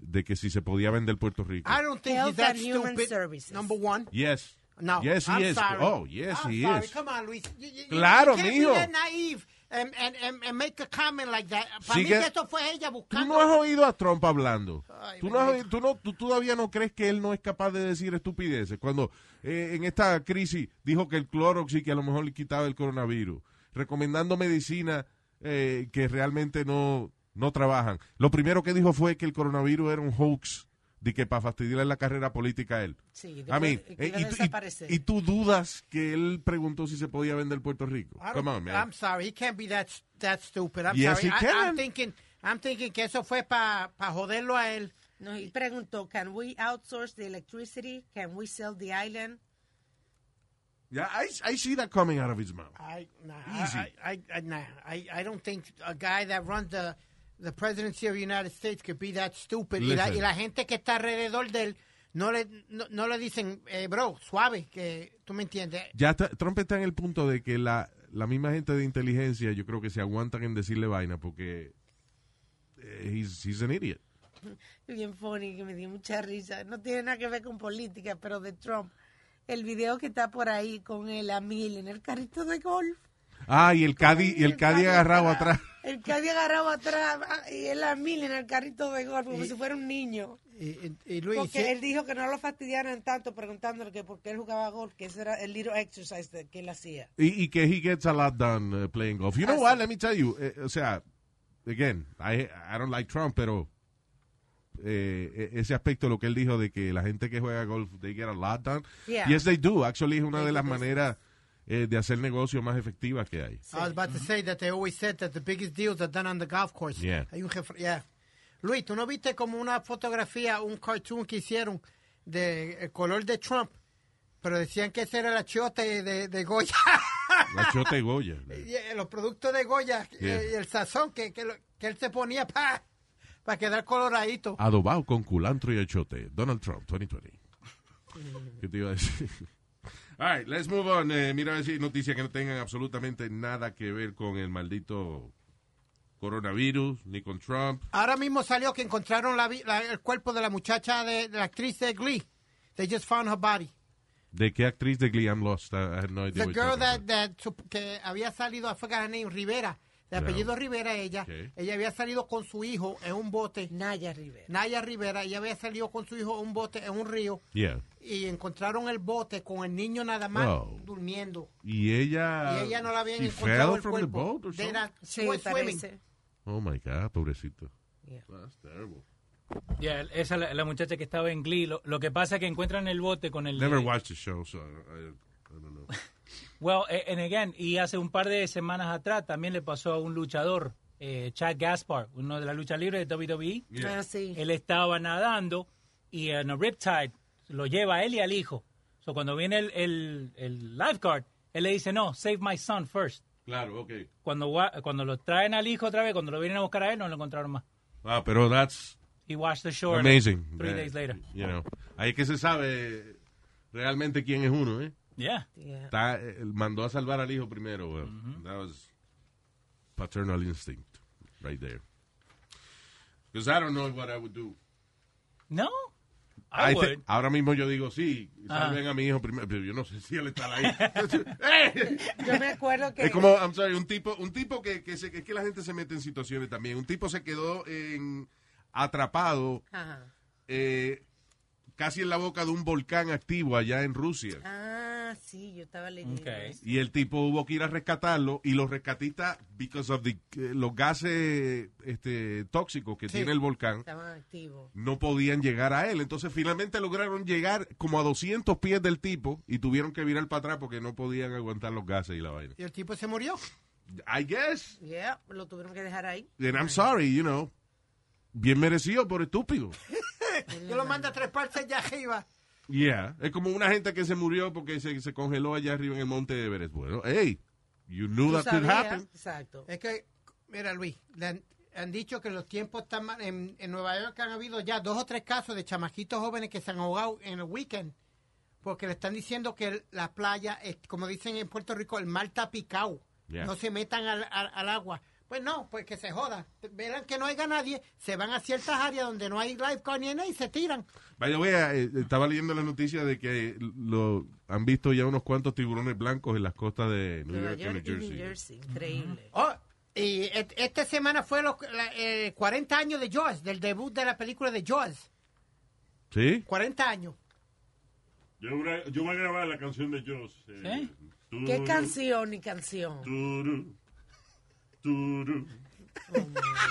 Speaker 5: de que si se podía vender Puerto Rico.
Speaker 8: I don't think he's
Speaker 7: Health
Speaker 8: that
Speaker 7: and Human
Speaker 8: stupid.
Speaker 7: Services.
Speaker 8: Number one.
Speaker 5: Yes.
Speaker 8: No.
Speaker 5: Yes, he
Speaker 8: I'm
Speaker 5: is.
Speaker 8: Sorry.
Speaker 5: Oh, yes,
Speaker 8: I'm
Speaker 5: he
Speaker 8: sorry.
Speaker 5: is.
Speaker 8: Come on, Luis. You- you- you-
Speaker 5: Claro,
Speaker 8: you can't be
Speaker 5: mijo.
Speaker 8: that naive and, and, and, and make a comment like that. Para mí
Speaker 5: Sigue-
Speaker 8: que esto fue ella
Speaker 5: Tú
Speaker 8: buscando.
Speaker 5: no has oído a Trump hablando.
Speaker 8: Ay,
Speaker 5: tú, no has
Speaker 8: bendito.
Speaker 5: oído- tú no- tú todavía no crees que él no es capaz de decir estupideces. Cuando eh, en esta crisis dijo que el Clorox y que a lo mejor le quitaba el coronavirus, recomendando medicina eh, que realmente no, no trabajan. Lo primero que dijo fue que el coronavirus era un hoax, de que para fastidiarle la carrera política a él.
Speaker 7: Sí,
Speaker 5: I mean,
Speaker 7: después-
Speaker 5: eh,
Speaker 7: que iba a
Speaker 5: y, tú- y-
Speaker 7: desaparecer.
Speaker 5: y tú dudas que él preguntó si se podía vender Puerto Rico.
Speaker 8: I don't-
Speaker 5: Come on, man.
Speaker 8: I'm sorry, he can't be that, that stupid. I'm
Speaker 5: Yes, he
Speaker 8: sorry. I-
Speaker 5: can.
Speaker 8: I'm thinking, I'm thinking que eso fue para pa joderlo a él.
Speaker 7: No, y preguntó, can we outsource the electricity? Can we sell the island?
Speaker 5: Yeah, I, I see that coming out of his mouth.
Speaker 8: I, nah,
Speaker 5: Easy.
Speaker 8: I, I, I, nah, I, I don't think a guy that runs the, the presidency of the United States could be that stupid. Y la,
Speaker 5: Listen.
Speaker 8: y la gente que está alrededor de él no le, no, no le dicen, eh, bro, suave, que tú me entiendes.
Speaker 5: ya está- Trump está en el punto de que la, la misma gente de inteligencia yo creo que se aguantan en decirle vaina porque eh, he's, he's an idiot.
Speaker 7: Y Bien funny, que me dio mucha risa. No tiene nada que ver con política, pero de Trump. El video que está por ahí con el Amil en el carrito de golf.
Speaker 5: Ah, y el Caddy, y el Caddy agarrado atrás.
Speaker 7: El Caddy agarrado atrás ah, y el Amil en el carrito de golf, como si fuera un niño.
Speaker 8: Y, y- y Eh, Luis,
Speaker 7: Porque
Speaker 8: sí,
Speaker 7: él dijo que no lo fastidiaran tanto preguntándole que por qué él jugaba golf, que ese era el little exercise de- que él hacía.
Speaker 5: Y, y que he gets a lot done uh, playing golf. You know what? Let me tell you. eh, o sea, again, I, I don't like Trump, pero eh, e- ese aspecto, lo que él dijo de que la gente que juega golf, they get a lot done.
Speaker 7: Yeah.
Speaker 5: Yes, they do. Actually, es una
Speaker 7: They
Speaker 5: de
Speaker 7: do
Speaker 5: las
Speaker 7: business.
Speaker 5: maneras eh, de hacer negocios más efectivas que hay.
Speaker 8: I was about to say that they always said that the biggest deals are done on the golf course.
Speaker 5: Yeah.
Speaker 8: Hay un jefe- yeah. Luis, ¿tú no viste como una fotografía, un cartoon que hicieron de el color de Trump? Pero decían que ese era el achiote de, de Goya.
Speaker 5: La chota y Goya.
Speaker 8: Y, eh, los productos de Goya
Speaker 5: Yeah.
Speaker 8: eh, y el sazón que, que, lo- que él se ponía para quedar coloradito.
Speaker 5: Adobado con culantro y achote. Donald Trump, 2020. ¿Qué te iba a decir? All right, let's move on. Eh, mira a ver si hay noticias que no tengan absolutamente nada que ver con el maldito coronavirus, ni con Trump.
Speaker 8: Ahora mismo salió que encontraron la vi- la- el cuerpo de la muchacha de, de la actriz de Glee. They just found her body.
Speaker 5: ¿De qué actriz de Glee I'm lost? I I had no idea
Speaker 8: The
Speaker 5: what
Speaker 8: girl
Speaker 5: you're talking
Speaker 8: that,
Speaker 5: about.
Speaker 8: that sup- que había salido, I forgot her name, Rivera. De
Speaker 5: No.
Speaker 8: apellido Rivera, ella.
Speaker 5: Okay.
Speaker 8: Ella había salido con su hijo en un bote.
Speaker 7: Naya Rivera.
Speaker 8: Naya Rivera, ella había salido con su hijo en un bote en un río.
Speaker 5: Yeah.
Speaker 8: Y encontraron el bote con el niño nada más
Speaker 5: Oh.
Speaker 8: durmiendo.
Speaker 5: Y ella...
Speaker 8: Y ella no la habían
Speaker 5: she
Speaker 8: encontrado
Speaker 5: fell
Speaker 8: el
Speaker 5: from the
Speaker 8: cuerpo.
Speaker 5: boat or
Speaker 8: They
Speaker 5: something?
Speaker 8: era-
Speaker 7: Sí,
Speaker 8: was swimming.
Speaker 7: parece. Ah,
Speaker 5: Oh, my God, pobrecito.
Speaker 7: Yeah.
Speaker 5: That's terrible.
Speaker 6: Yeah, esa es la, la muchacha que estaba en Glee. Lo, lo que pasa es que encuentran el bote con el...
Speaker 5: Never
Speaker 6: eh,
Speaker 5: watched the show, so I, I- I don't know.
Speaker 6: Well, eh, and again, y hace un par de semanas atrás también le pasó a un luchador, eh, Chad Gaspar, uno de la lucha libre de E. WWE.
Speaker 7: Ah, sí.
Speaker 6: Él estaba nadando y en el Riptide lo lleva a él y al hijo. So, cuando viene el, el, el lifeguard, él le dice, no, save my son first.
Speaker 5: Claro, okay.
Speaker 6: Cuando, gua- cuando lo traen al hijo otra vez, cuando lo vienen a buscar a él, no lo encontraron más.
Speaker 5: Ah, pero that's...
Speaker 6: He washed the shore like,
Speaker 5: Amazing.
Speaker 6: three
Speaker 5: That-
Speaker 6: days later.
Speaker 5: you know. Ahí que se sabe realmente quién es uno, ¿eh?
Speaker 6: Yeah.
Speaker 7: Yeah.
Speaker 5: Está- eh, mandó a salvar al hijo primero. well, That was paternal instinct right there. Because I don't know what I would do.
Speaker 6: No, I,
Speaker 5: I thi-
Speaker 6: would.
Speaker 5: ahora mismo yo digo, sí, salven a mi hijo primero. Pero yo no sé si él está ahí. ¡Eh!
Speaker 7: Yo me acuerdo que...
Speaker 5: Es como, I'm sorry, un tipo, un tipo que, que se- que es que la gente se mete en situaciones también. Un tipo se quedó en- atrapado
Speaker 7: Ajá.
Speaker 5: eh, casi en la boca de un volcán activo allá en Rusia.
Speaker 7: Ah, sí, yo estaba leyendo. ¿eh?
Speaker 6: Ok.
Speaker 7: eso.
Speaker 5: Y el tipo hubo que ir a rescatarlo y los rescatistas, because of the, eh, los gases este, tóxicos que tiene el volcán,
Speaker 7: Estaban activos.
Speaker 5: no podían llegar a él. Entonces finalmente lograron llegar como a 200 pies del tipo y tuvieron que virar para atrás porque no podían aguantar los gases y la vaina.
Speaker 8: Y el tipo se murió.
Speaker 5: I guess,
Speaker 7: Yeah, lo tuvieron que dejar ahí.
Speaker 5: and I'm sorry, you know, bien merecido por estúpido.
Speaker 8: Yo lo mando a tres partes allá arriba.
Speaker 5: Yeah, es como una gente que se murió porque se, se congeló allá arriba en el monte de Everest. Bueno, hey, you knew
Speaker 7: Tú
Speaker 5: that could
Speaker 7: sabías,
Speaker 5: happen.
Speaker 7: Exacto.
Speaker 8: Es que, mira, Luis, le han, han dicho que los tiempos están mal. En, en Nueva York han habido ya dos o tres casos de chamaquitos jóvenes que se han ahogado en el weekend. Porque le están diciendo que el- la playa, es, como dicen en Puerto Rico, el mar está picado.
Speaker 5: Yeah.
Speaker 8: No se metan al, al- al agua. Pues no, pues que se joda. Verán que no haya nadie, se van a ciertas áreas donde no hay lifeguard ni nada y se tiran.
Speaker 5: By the way, eh, estaba leyendo la noticia de que lo han visto ya unos cuantos tiburones blancos en las costas de New
Speaker 7: Nueva
Speaker 5: York y
Speaker 7: York
Speaker 5: New
Speaker 7: y
Speaker 5: Jersey.
Speaker 7: New
Speaker 5: Mm-hmm.
Speaker 7: Jersey. Increíble.
Speaker 8: Oh, y et- esta semana fue los la- eh, 40 años de Jaws, del debut de la película de Jaws.
Speaker 5: ¿Sí?
Speaker 8: 40 años.
Speaker 10: Yo, voy a- yo voy a grabar la canción de Joss. eh, turu,
Speaker 7: ¿Qué canción y canción?
Speaker 10: turu, turu,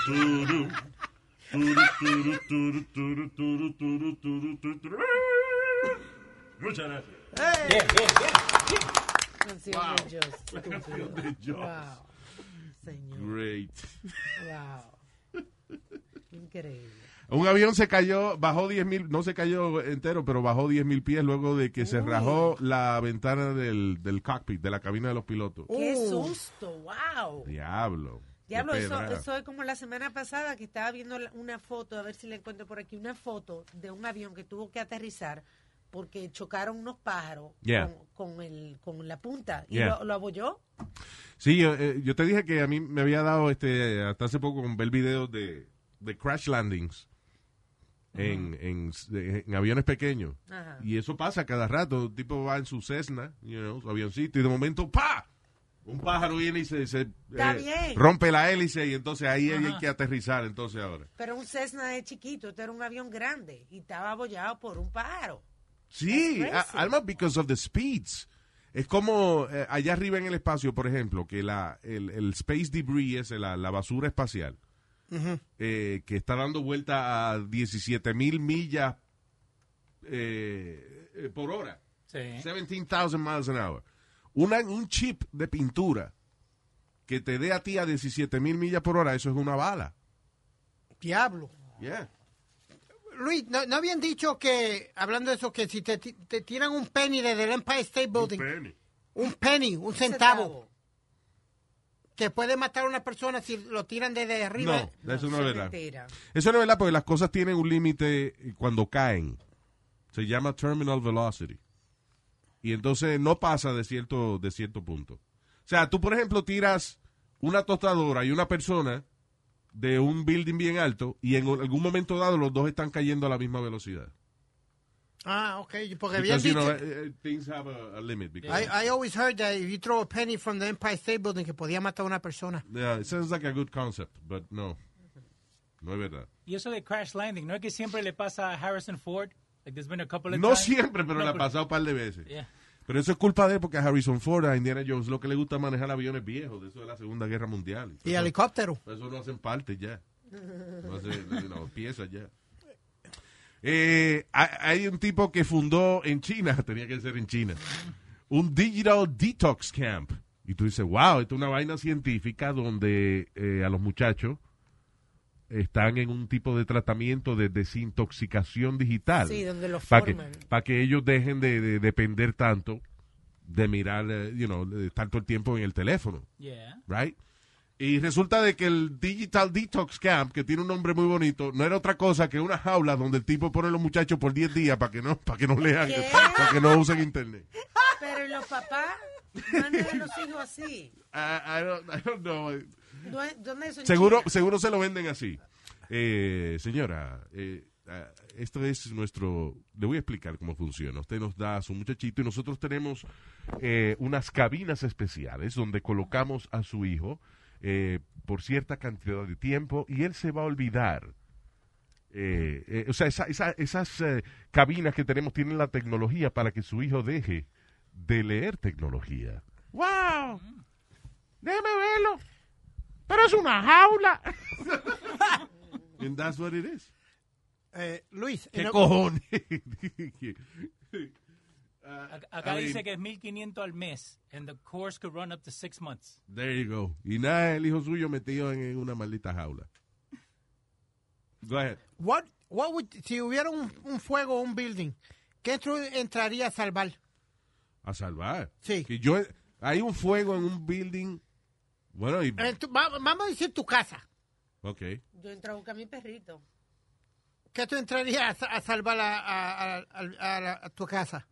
Speaker 10: turu, turu, turu, turu, turu, turu, turu, turu, turu, turu. Muchas gracias.
Speaker 7: Canción de Dios.
Speaker 10: Canción de Joss.
Speaker 7: Wow. Señor.
Speaker 5: Great.
Speaker 7: Wow. Increíble.
Speaker 5: Un avión se cayó, bajó 10 mil, no se cayó entero, pero bajó 10 mil pies luego de que se rajó la ventana del, del cockpit, de la cabina de los pilotos.
Speaker 7: Qué
Speaker 8: Uh.
Speaker 7: susto. Wow.
Speaker 5: Diablo. qué
Speaker 7: Diablo, eso,
Speaker 5: pedra.
Speaker 7: eso es como la semana pasada que estaba viendo la- una foto, a ver si la encuentro por aquí, una foto de un avión que tuvo que aterrizar porque chocaron unos pájaros
Speaker 5: Yeah.
Speaker 7: con, con el, con la punta y
Speaker 5: Yeah.
Speaker 7: lo, lo abolló.
Speaker 5: Sí, yo, eh, yo te dije que a mí me había dado este hasta hace poco con ver videos de, de crash landings en, en, en aviones pequeños.
Speaker 7: Ajá.
Speaker 5: Y eso pasa cada rato. Un tipo va en su Cessna, you know, su avioncito, y de momento ¡pa! Un pájaro viene y se, se,
Speaker 7: Está bien.
Speaker 5: rompe la hélice y entonces ahí hay que aterrizar entonces ahora.
Speaker 7: Pero un Cessna es chiquito, este era un avión grande y estaba abollado por un pájaro.
Speaker 5: Sí,
Speaker 7: That's
Speaker 5: a-
Speaker 7: crazy.
Speaker 5: Alma, because of the speeds. Es como eh, allá arriba en el espacio, por ejemplo, que la, el, el space debris, ese, la, la basura espacial, eh, que está dando vuelta a 17 mil millas eh, eh, por hora,
Speaker 6: Sí.
Speaker 5: 17,000 miles an hour. Una- un chip de pintura que te dé a ti a 17 mil millas por hora, eso es una bala.
Speaker 8: Diablo.
Speaker 5: Yeah.
Speaker 8: Luis, ¿no, no habían dicho que, hablando de eso, que si te, ti- te tiran un penny desde el Empire State Building, un,
Speaker 10: Penny.
Speaker 8: penny, un centavo, que puede matar a una persona si lo tiran desde arriba?
Speaker 5: No, eso no es verdad.
Speaker 7: Mentira.
Speaker 5: Eso no es verdad porque las cosas tienen un límite cuando caen. Se llama terminal velocity. Y entonces no pasa de cierto, de cierto punto. O sea, tú, por ejemplo, tiras una tostadora y una persona de un building bien alto y en algún momento dado los dos están cayendo a la misma velocidad.
Speaker 8: Ah, ok, porque habían
Speaker 5: Because, you
Speaker 8: dicho...
Speaker 5: know, eh, eh, things have a, a limit. because-
Speaker 8: I, I always heard that if you throw a penny from the Empire State Building, que podía matar a una persona.
Speaker 5: Yeah, it sounds like a good concept, but no. No es verdad.
Speaker 6: Y eso de crash landing, ¿no es que siempre le pasa a Harrison Ford? Like there's been a couple of
Speaker 5: No
Speaker 6: times-
Speaker 5: siempre, pero
Speaker 6: No,
Speaker 5: le ha pasado un par de veces.
Speaker 6: Yeah.
Speaker 5: Pero eso es culpa de él porque a Harrison Ford, a Indiana Jones, lo que le gusta es manejar aviones viejos, de eso de la Segunda Guerra Mundial.
Speaker 8: Y
Speaker 5: eso,
Speaker 8: helicóptero.
Speaker 5: eso no hacen parte ya. No, hace, no, piezas ya. Eh, ha- hay un tipo que fundó en China, tenía que ser en China, un Digital Detox Camp. Y tú dices, wow, esto es una vaina científica donde eh, a los muchachos están en un tipo de tratamiento de desintoxicación digital
Speaker 7: Sí, donde lo
Speaker 5: para que,
Speaker 7: forman.
Speaker 5: pa' que ellos dejen de, de depender tanto de mirar, eh, you know, de estar todo el tiempo en el teléfono,
Speaker 6: Yeah.
Speaker 5: right? Y resulta de que el Digital Detox Camp, que tiene un nombre muy bonito, no era otra cosa que una jaula donde el tipo pone a los muchachos por 10 días para que no para que no lean,
Speaker 7: ¿Qué?
Speaker 5: para que no usen internet.
Speaker 7: Pero ¿y los papás mandan a los hijos así.
Speaker 5: I- I don't- I don't know.
Speaker 7: ¿Dó- ¿Dónde es eso en
Speaker 5: Seguro,
Speaker 7: China?
Speaker 5: seguro se lo venden así. Eh, señora, eh, ah, esto es nuestro... Le voy a explicar cómo funciona. Usted nos da a su muchachito y nosotros tenemos eh, unas cabinas especiales donde colocamos a su hijo eh, por cierta cantidad de tiempo y él se va a olvidar. Eh, eh, o sea, esa- esa- esas eh, cabinas que tenemos tienen la tecnología para que su hijo deje de leer tecnología. ¡Wow! Déjeme verlo. Pero es una jaula. And that's what it is.
Speaker 8: Eh, Luis,
Speaker 5: ¿Qué
Speaker 8: no-
Speaker 5: cojones?
Speaker 6: Ac- Acá
Speaker 5: I
Speaker 6: dice
Speaker 5: mean-
Speaker 6: que es 1500 al mes. And the course could run up to six months.
Speaker 5: There you go. Y nada, el hijo suyo metido en, en una maldita jaula. Go ahead.
Speaker 8: what, what would, si hubiera un, un fuego o un building, ¿qué tú entraría a salvar?
Speaker 5: A salvar.
Speaker 8: Sí.
Speaker 5: Que yo, hay un fuego en un building. Bueno, y,
Speaker 8: En tu- Eh, va- vamos a decir tu casa.
Speaker 5: ok.
Speaker 7: Yo entro a buscar a mi perrito.
Speaker 8: ¿Qué tú entrarías a, a salvar a, a- a- a- a la- a tu casa?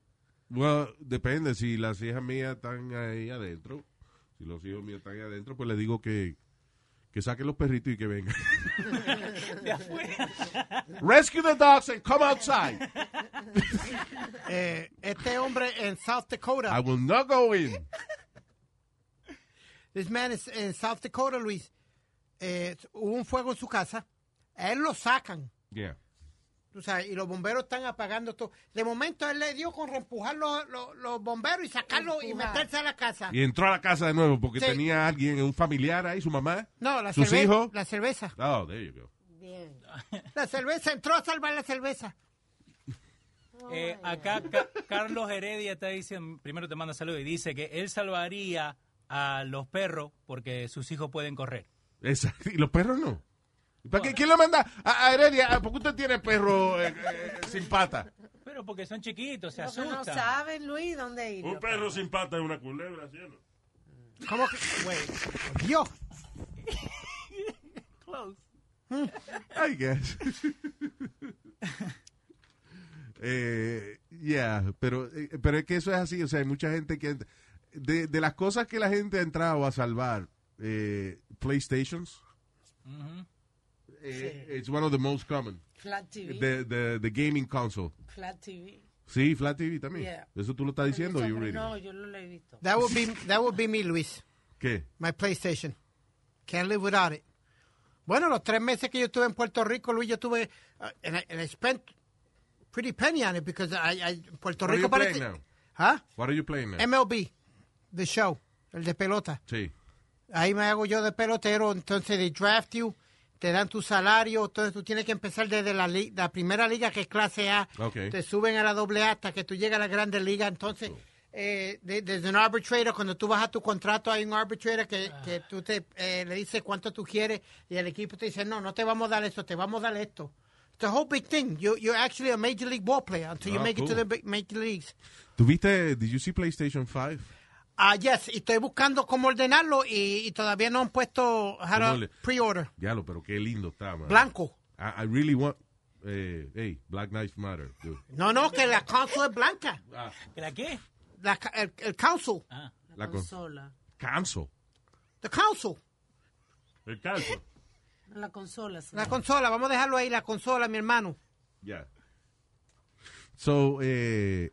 Speaker 5: Well, depende. Si las hijas mías están ahí adentro, si los hijos míos están ahí adentro, pues le digo que, que saquen los perritos y que vengan.
Speaker 6: De afuera.
Speaker 5: Rescue the dogs and come outside.
Speaker 8: Eh, este hombre en South Dakota.
Speaker 5: I will not go in.
Speaker 8: This man is in South Dakota, Luis. Eh, hubo un fuego en su casa. A él lo sacan.
Speaker 5: Yeah.
Speaker 8: Tú sabes, y los bomberos están apagando todo. De momento él le dio con reempujar los, los, los bomberos y sacarlo y
Speaker 7: Empujar.
Speaker 8: meterse a la casa.
Speaker 5: Y entró a la casa de nuevo porque
Speaker 8: Sí.
Speaker 5: tenía alguien, un familiar ahí, su mamá.
Speaker 8: No, la,
Speaker 5: ¿Sus
Speaker 8: cerve-
Speaker 5: hijos?
Speaker 8: la cerveza.
Speaker 5: Oh, there you go.
Speaker 7: Bien.
Speaker 8: La cerveza. Entró a salvar la cerveza.
Speaker 6: Eh, acá Ca- Carlos Heredia está diciendo, primero te manda saludos y dice que él salvaría a los perros porque sus hijos pueden correr.
Speaker 5: Exacto. Y los perros no. ¿Y ¿Para qué? ¿Quién lo manda a, a Heredia? Ah, ¿Por qué usted tiene perro eh, eh, sin pata?
Speaker 6: Pero porque son chiquitos, se
Speaker 7: Porque no
Speaker 6: asustan.
Speaker 7: saben, Luis, dónde ir.
Speaker 10: Un perro sin pata es una culebra, cielo.
Speaker 8: ¿Cómo que? Güey, Dios.
Speaker 5: I guess. eh, yeah, pero, eh, pero es que eso es así. O sea, hay mucha gente que. ent- De, de las cosas que la gente ha entrado a salvar, eh, PlayStations,
Speaker 6: Ujú.
Speaker 5: eh, it's one of the most common.
Speaker 7: Flat TV.
Speaker 5: The, the, the gaming console.
Speaker 7: Flat TV.
Speaker 5: Sí, Flat TV también.
Speaker 7: Yeah.
Speaker 5: Eso tú lo estás diciendo, you reading.
Speaker 7: No, yo no lo he visto.
Speaker 8: That would be, that would be me, Luis.
Speaker 5: ¿Qué?
Speaker 8: My PlayStation. Can't live without it. Bueno, los tres meses que yo estuve en Puerto Rico, Luis, yo tuve. uh, and, I, and I spent pretty penny on it because I, I, Puerto
Speaker 5: What are
Speaker 8: Rico
Speaker 5: you playing
Speaker 8: parece.
Speaker 5: now?
Speaker 8: ¿Ah?
Speaker 5: What are you playing now?
Speaker 8: MLB, The Show, el de pelota.
Speaker 5: sí.
Speaker 8: Ahí me hago yo de pelotero, entonces they draft you, te dan tu salario, entonces tú tienes que empezar desde la, li- la primera liga que es clase A,
Speaker 5: Ok.
Speaker 8: te suben a la doble A hasta que tú llegas a la grande liga, entonces
Speaker 5: Oh.
Speaker 8: eh, de- desde un arbitrator, cuando tú vas a tu contrato hay un arbitrator que, que tú te, eh, le dices cuánto tú quieres y el equipo te dice, no, no te vamos a dar eso, te vamos a dar esto. It's a whole big thing. You, you're actually a major league ball player until you
Speaker 5: Ah,
Speaker 8: make it to
Speaker 5: cool.
Speaker 8: the big- major leagues.
Speaker 5: ¿Tuviste, did you see PlayStation 5?
Speaker 8: Ah, yes, y estoy buscando cómo ordenarlo y, y todavía no han puesto how to
Speaker 5: ¿Cómo le-
Speaker 8: pre-order.
Speaker 5: Diablo, pero qué lindo está, man.
Speaker 8: Blanco.
Speaker 5: I, I really want. Eh, hey, Black Knives Matter, dude.
Speaker 8: No, no, que la console es blanca.
Speaker 5: Ah.
Speaker 6: ¿Que ¿La qué?
Speaker 8: La ca- el, el council.
Speaker 6: Ah.
Speaker 5: La
Speaker 7: La
Speaker 5: con-
Speaker 7: consola.
Speaker 5: Canso.
Speaker 8: The council.
Speaker 10: El calcio.
Speaker 7: La consola, sí.
Speaker 8: La consola, vamos a dejarlo ahí, la consola, mi hermano.
Speaker 5: Yeah. So, eh,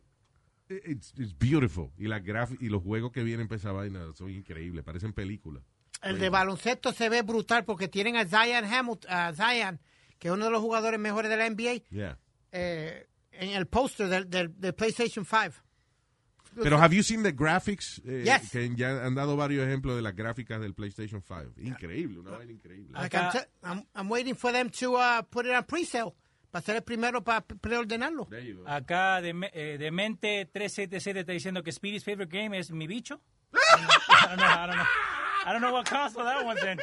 Speaker 5: it's, it's beautiful. Y, las graf- y los juegos que vienen para esa vaina son increíbles. Parecen películas.
Speaker 8: El de baloncesto se ve brutal porque tienen a Zion Hamilton, a Zion, que es uno de los jugadores mejores de la NBA,
Speaker 5: Yeah.
Speaker 8: eh, en el póster del, del- del PlayStation 5.
Speaker 5: Pero have you seen the graphics? Eh,
Speaker 8: Yes.
Speaker 5: Que ya han dado varios ejemplos de las gráficas del PlayStation 5. Increíble, una vaina increíble.
Speaker 8: Like I'm,
Speaker 6: Acá-
Speaker 8: te- I'm- I'm waiting for them to uh, put it on pre-sale. Para ser el primero para preordenarlo.
Speaker 5: There you go.
Speaker 6: Acá de, eh, Demente 377 está diciendo que Speedy's favorite game es mi bicho. I don't know, I don't know. I don't know what console that one's in.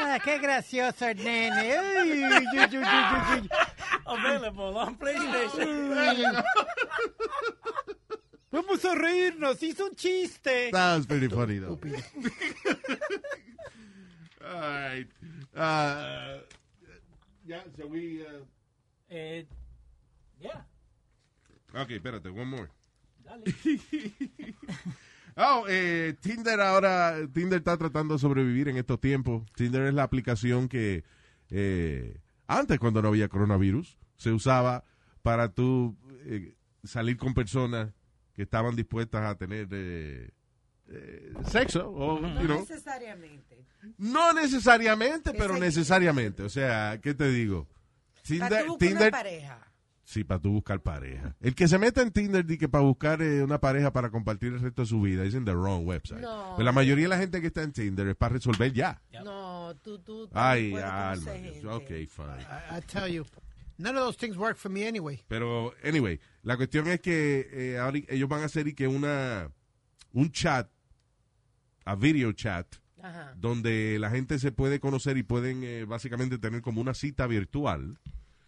Speaker 8: Ah, qué gracioso el nene. Ay, uy, uy, uy, uy, uy.
Speaker 6: Available on PlayStation.
Speaker 8: Vamos a reírnos, hizo un chiste.
Speaker 5: That was pretty funny, though. All right. Uh, yeah, so we. Uh...
Speaker 6: Eh, yeah.
Speaker 5: Okay, espérate, one more. Oh, eh, Tinder ahora, Tinder está tratando de sobrevivir en estos tiempos. Tinder es la aplicación que eh, antes, cuando no había coronavirus, se usaba para tú eh, salir con personas que estaban dispuestas a tener eh, eh, sexo o, you
Speaker 7: No
Speaker 5: know.
Speaker 7: necesariamente.
Speaker 5: No necesariamente, pero
Speaker 7: Ese-
Speaker 5: necesariamente. O sea, ¿qué te digo?
Speaker 7: Para
Speaker 5: Tinder,
Speaker 7: tú buscar una
Speaker 5: Tinder,
Speaker 7: pareja.
Speaker 5: sí, para tú buscar pareja. El que se meta en Tinder di que para buscar eh, una pareja para compartir el resto de su vida es en the wrong website.
Speaker 7: No.
Speaker 5: Pues la mayoría de la gente que está en Tinder es para resolver ya.
Speaker 6: Ya.
Speaker 7: No, tú, tú.
Speaker 5: Ay,
Speaker 7: puedes
Speaker 5: alma.
Speaker 7: conocer gente.
Speaker 5: Ok, fine.
Speaker 8: I, I tell you, none of those things work for me anyway.
Speaker 5: Pero, anyway, la cuestión es que eh, ahora ellos van a hacer y que una un chat, a video chat,
Speaker 7: Ajá.
Speaker 5: donde la gente se puede conocer y pueden eh, básicamente tener como una cita virtual.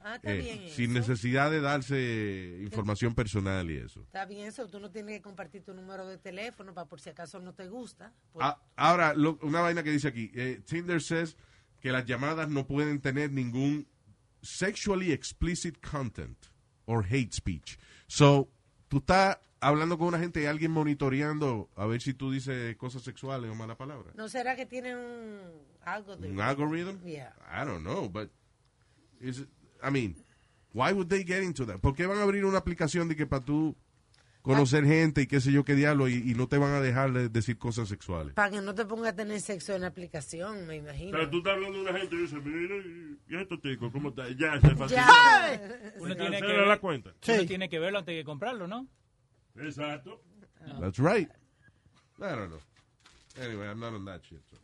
Speaker 7: Ah, está
Speaker 5: Eh,
Speaker 7: bien.
Speaker 5: sin
Speaker 7: eso.
Speaker 5: necesidad de darse información personal y eso.
Speaker 7: Está bien eso. Tú no tienes que compartir tu número de teléfono para por si acaso no te gusta. Pues,
Speaker 5: Ah, ahora, lo- una vaina que dice aquí, eh, Tinder says que las llamadas no pueden tener ningún sexually explicit content or hate speech. So, tú estás hablando con una gente y alguien monitoreando a ver si tú dices cosas sexuales o malas palabras.
Speaker 7: ¿No será que tiene un algo de...
Speaker 5: An algorithm?
Speaker 7: Yeah.
Speaker 5: I don't know, but is it- I mean, why would they get into that? ¿Por qué van a abrir una aplicación de que para tú conocer gente y qué sé yo qué diablo y, y no te van a dejar de- decir cosas sexuales?
Speaker 7: Para que no te ponga a tener sexo en la aplicación, me imagino.
Speaker 10: Pero tú estás hablando de una gente y dices, mira, y esto, tico, ¿cómo está? Ya, se facilita.
Speaker 6: Uno tiene, que,
Speaker 10: Cancela la cuenta.
Speaker 6: uno tiene que verlo antes de comprarlo, ¿no?
Speaker 10: Exacto.
Speaker 5: That's right. I don't know. Anyway, I'm not on that shit. so.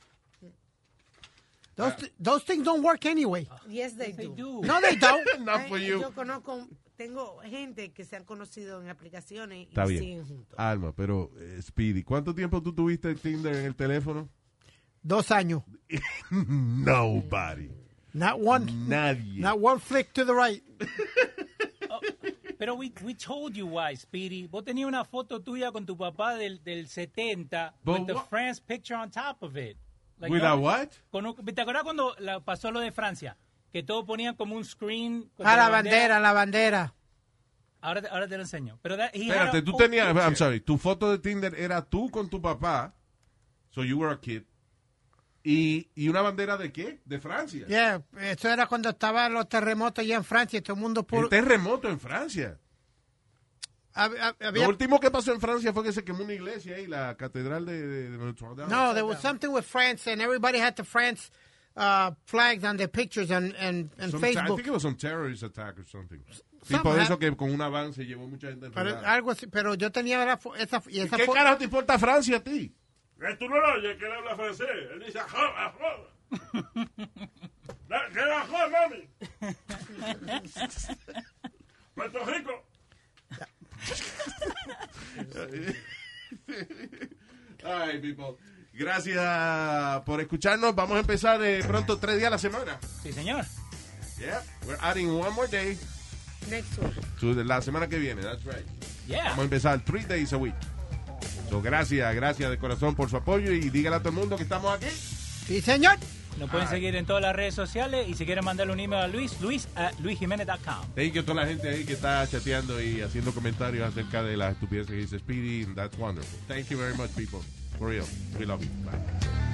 Speaker 8: Those, those things don't work anyway.
Speaker 7: Yes, they do.
Speaker 8: No, they don't.
Speaker 5: Not for
Speaker 7: Ay,
Speaker 5: you.
Speaker 7: Yo conozco, tengo gente que se han conocido en aplicaciones y
Speaker 5: Está bien.
Speaker 7: siguen juntos.
Speaker 5: Alma, pero eh, Speedy, ¿cuánto tiempo tú tuviste en Tinder en el teléfono?
Speaker 8: Dos años.
Speaker 5: Nobody.
Speaker 8: Not one.
Speaker 5: Nadie.
Speaker 8: Not one flick to the right.
Speaker 6: Pero we, we told you why, Speedy. Vos tenías una foto tuya con tu papá del, del 70
Speaker 5: But
Speaker 6: with the
Speaker 5: what-
Speaker 6: France picture on top of it. Like,
Speaker 5: With
Speaker 6: no,
Speaker 5: a what?
Speaker 6: con un- ¿Te acuerdas cuando la- pasó lo de Francia? Que todos ponían como un screen. con
Speaker 8: A Ah, la bandera, la bandera.
Speaker 6: Ahora, te- ahora te lo enseño. Pero that- he had
Speaker 5: Espérate,
Speaker 6: a
Speaker 5: tú
Speaker 6: full
Speaker 5: tenías,
Speaker 6: picture.
Speaker 5: I'm sorry, tu foto de Tinder era tú con tu papá, so you were a kid, y, y una bandera de qué? De Francia.
Speaker 8: Yeah, eso era cuando estaban los terremotos allá en Francia y todo el mundo
Speaker 5: El
Speaker 8: por...
Speaker 5: terremoto en Francia.
Speaker 8: hab- hab-
Speaker 5: Lo
Speaker 8: había-
Speaker 5: último que pasó en Francia fue que se quemó una iglesia ahí, la catedral de, de- de Notre Dame.
Speaker 8: No, there was something with France and everybody had the France uh, flags on their pictures and, and, and
Speaker 5: Some- I think
Speaker 8: Facebook.
Speaker 5: it was some terrorist attack or something.
Speaker 8: Some
Speaker 5: y por
Speaker 8: hap-
Speaker 5: eso que con un avance llevó mucha gente
Speaker 8: Pero,
Speaker 5: enredada.
Speaker 8: algo así, pero yo tenía la fo- esa, y esa
Speaker 5: ¿Qué
Speaker 8: fo-
Speaker 5: carajo te importa Francia a ti?
Speaker 10: Eh, Tú no lo oyes, que él habla francés. Él dice, joda, joda. La- Que la joda, mami. Puerto Rico.
Speaker 5: All right, people. Gracias por escucharnos. Vamos a empezar eh, pronto tres días a la semana.
Speaker 6: Sí, señor.
Speaker 5: Yeah, we're adding one more day
Speaker 7: Next one.
Speaker 5: to the- la semana que viene. That's right.
Speaker 6: Yeah.
Speaker 5: Vamos a empezar three days a week. So, gracias, gracias de corazón por su apoyo y dígale a todo el mundo que estamos aquí.
Speaker 8: Sí, señor.
Speaker 6: Nos pueden seguir en todas las redes sociales y si quieren mandarle un email a Luis, luis a luisjimenez.com.
Speaker 5: Thank you a toda la gente ahí que está chateando y haciendo comentarios acerca de las estupideces que dice Speedy. That's wonderful. Thank you very much, people. For real. We love you. Bye.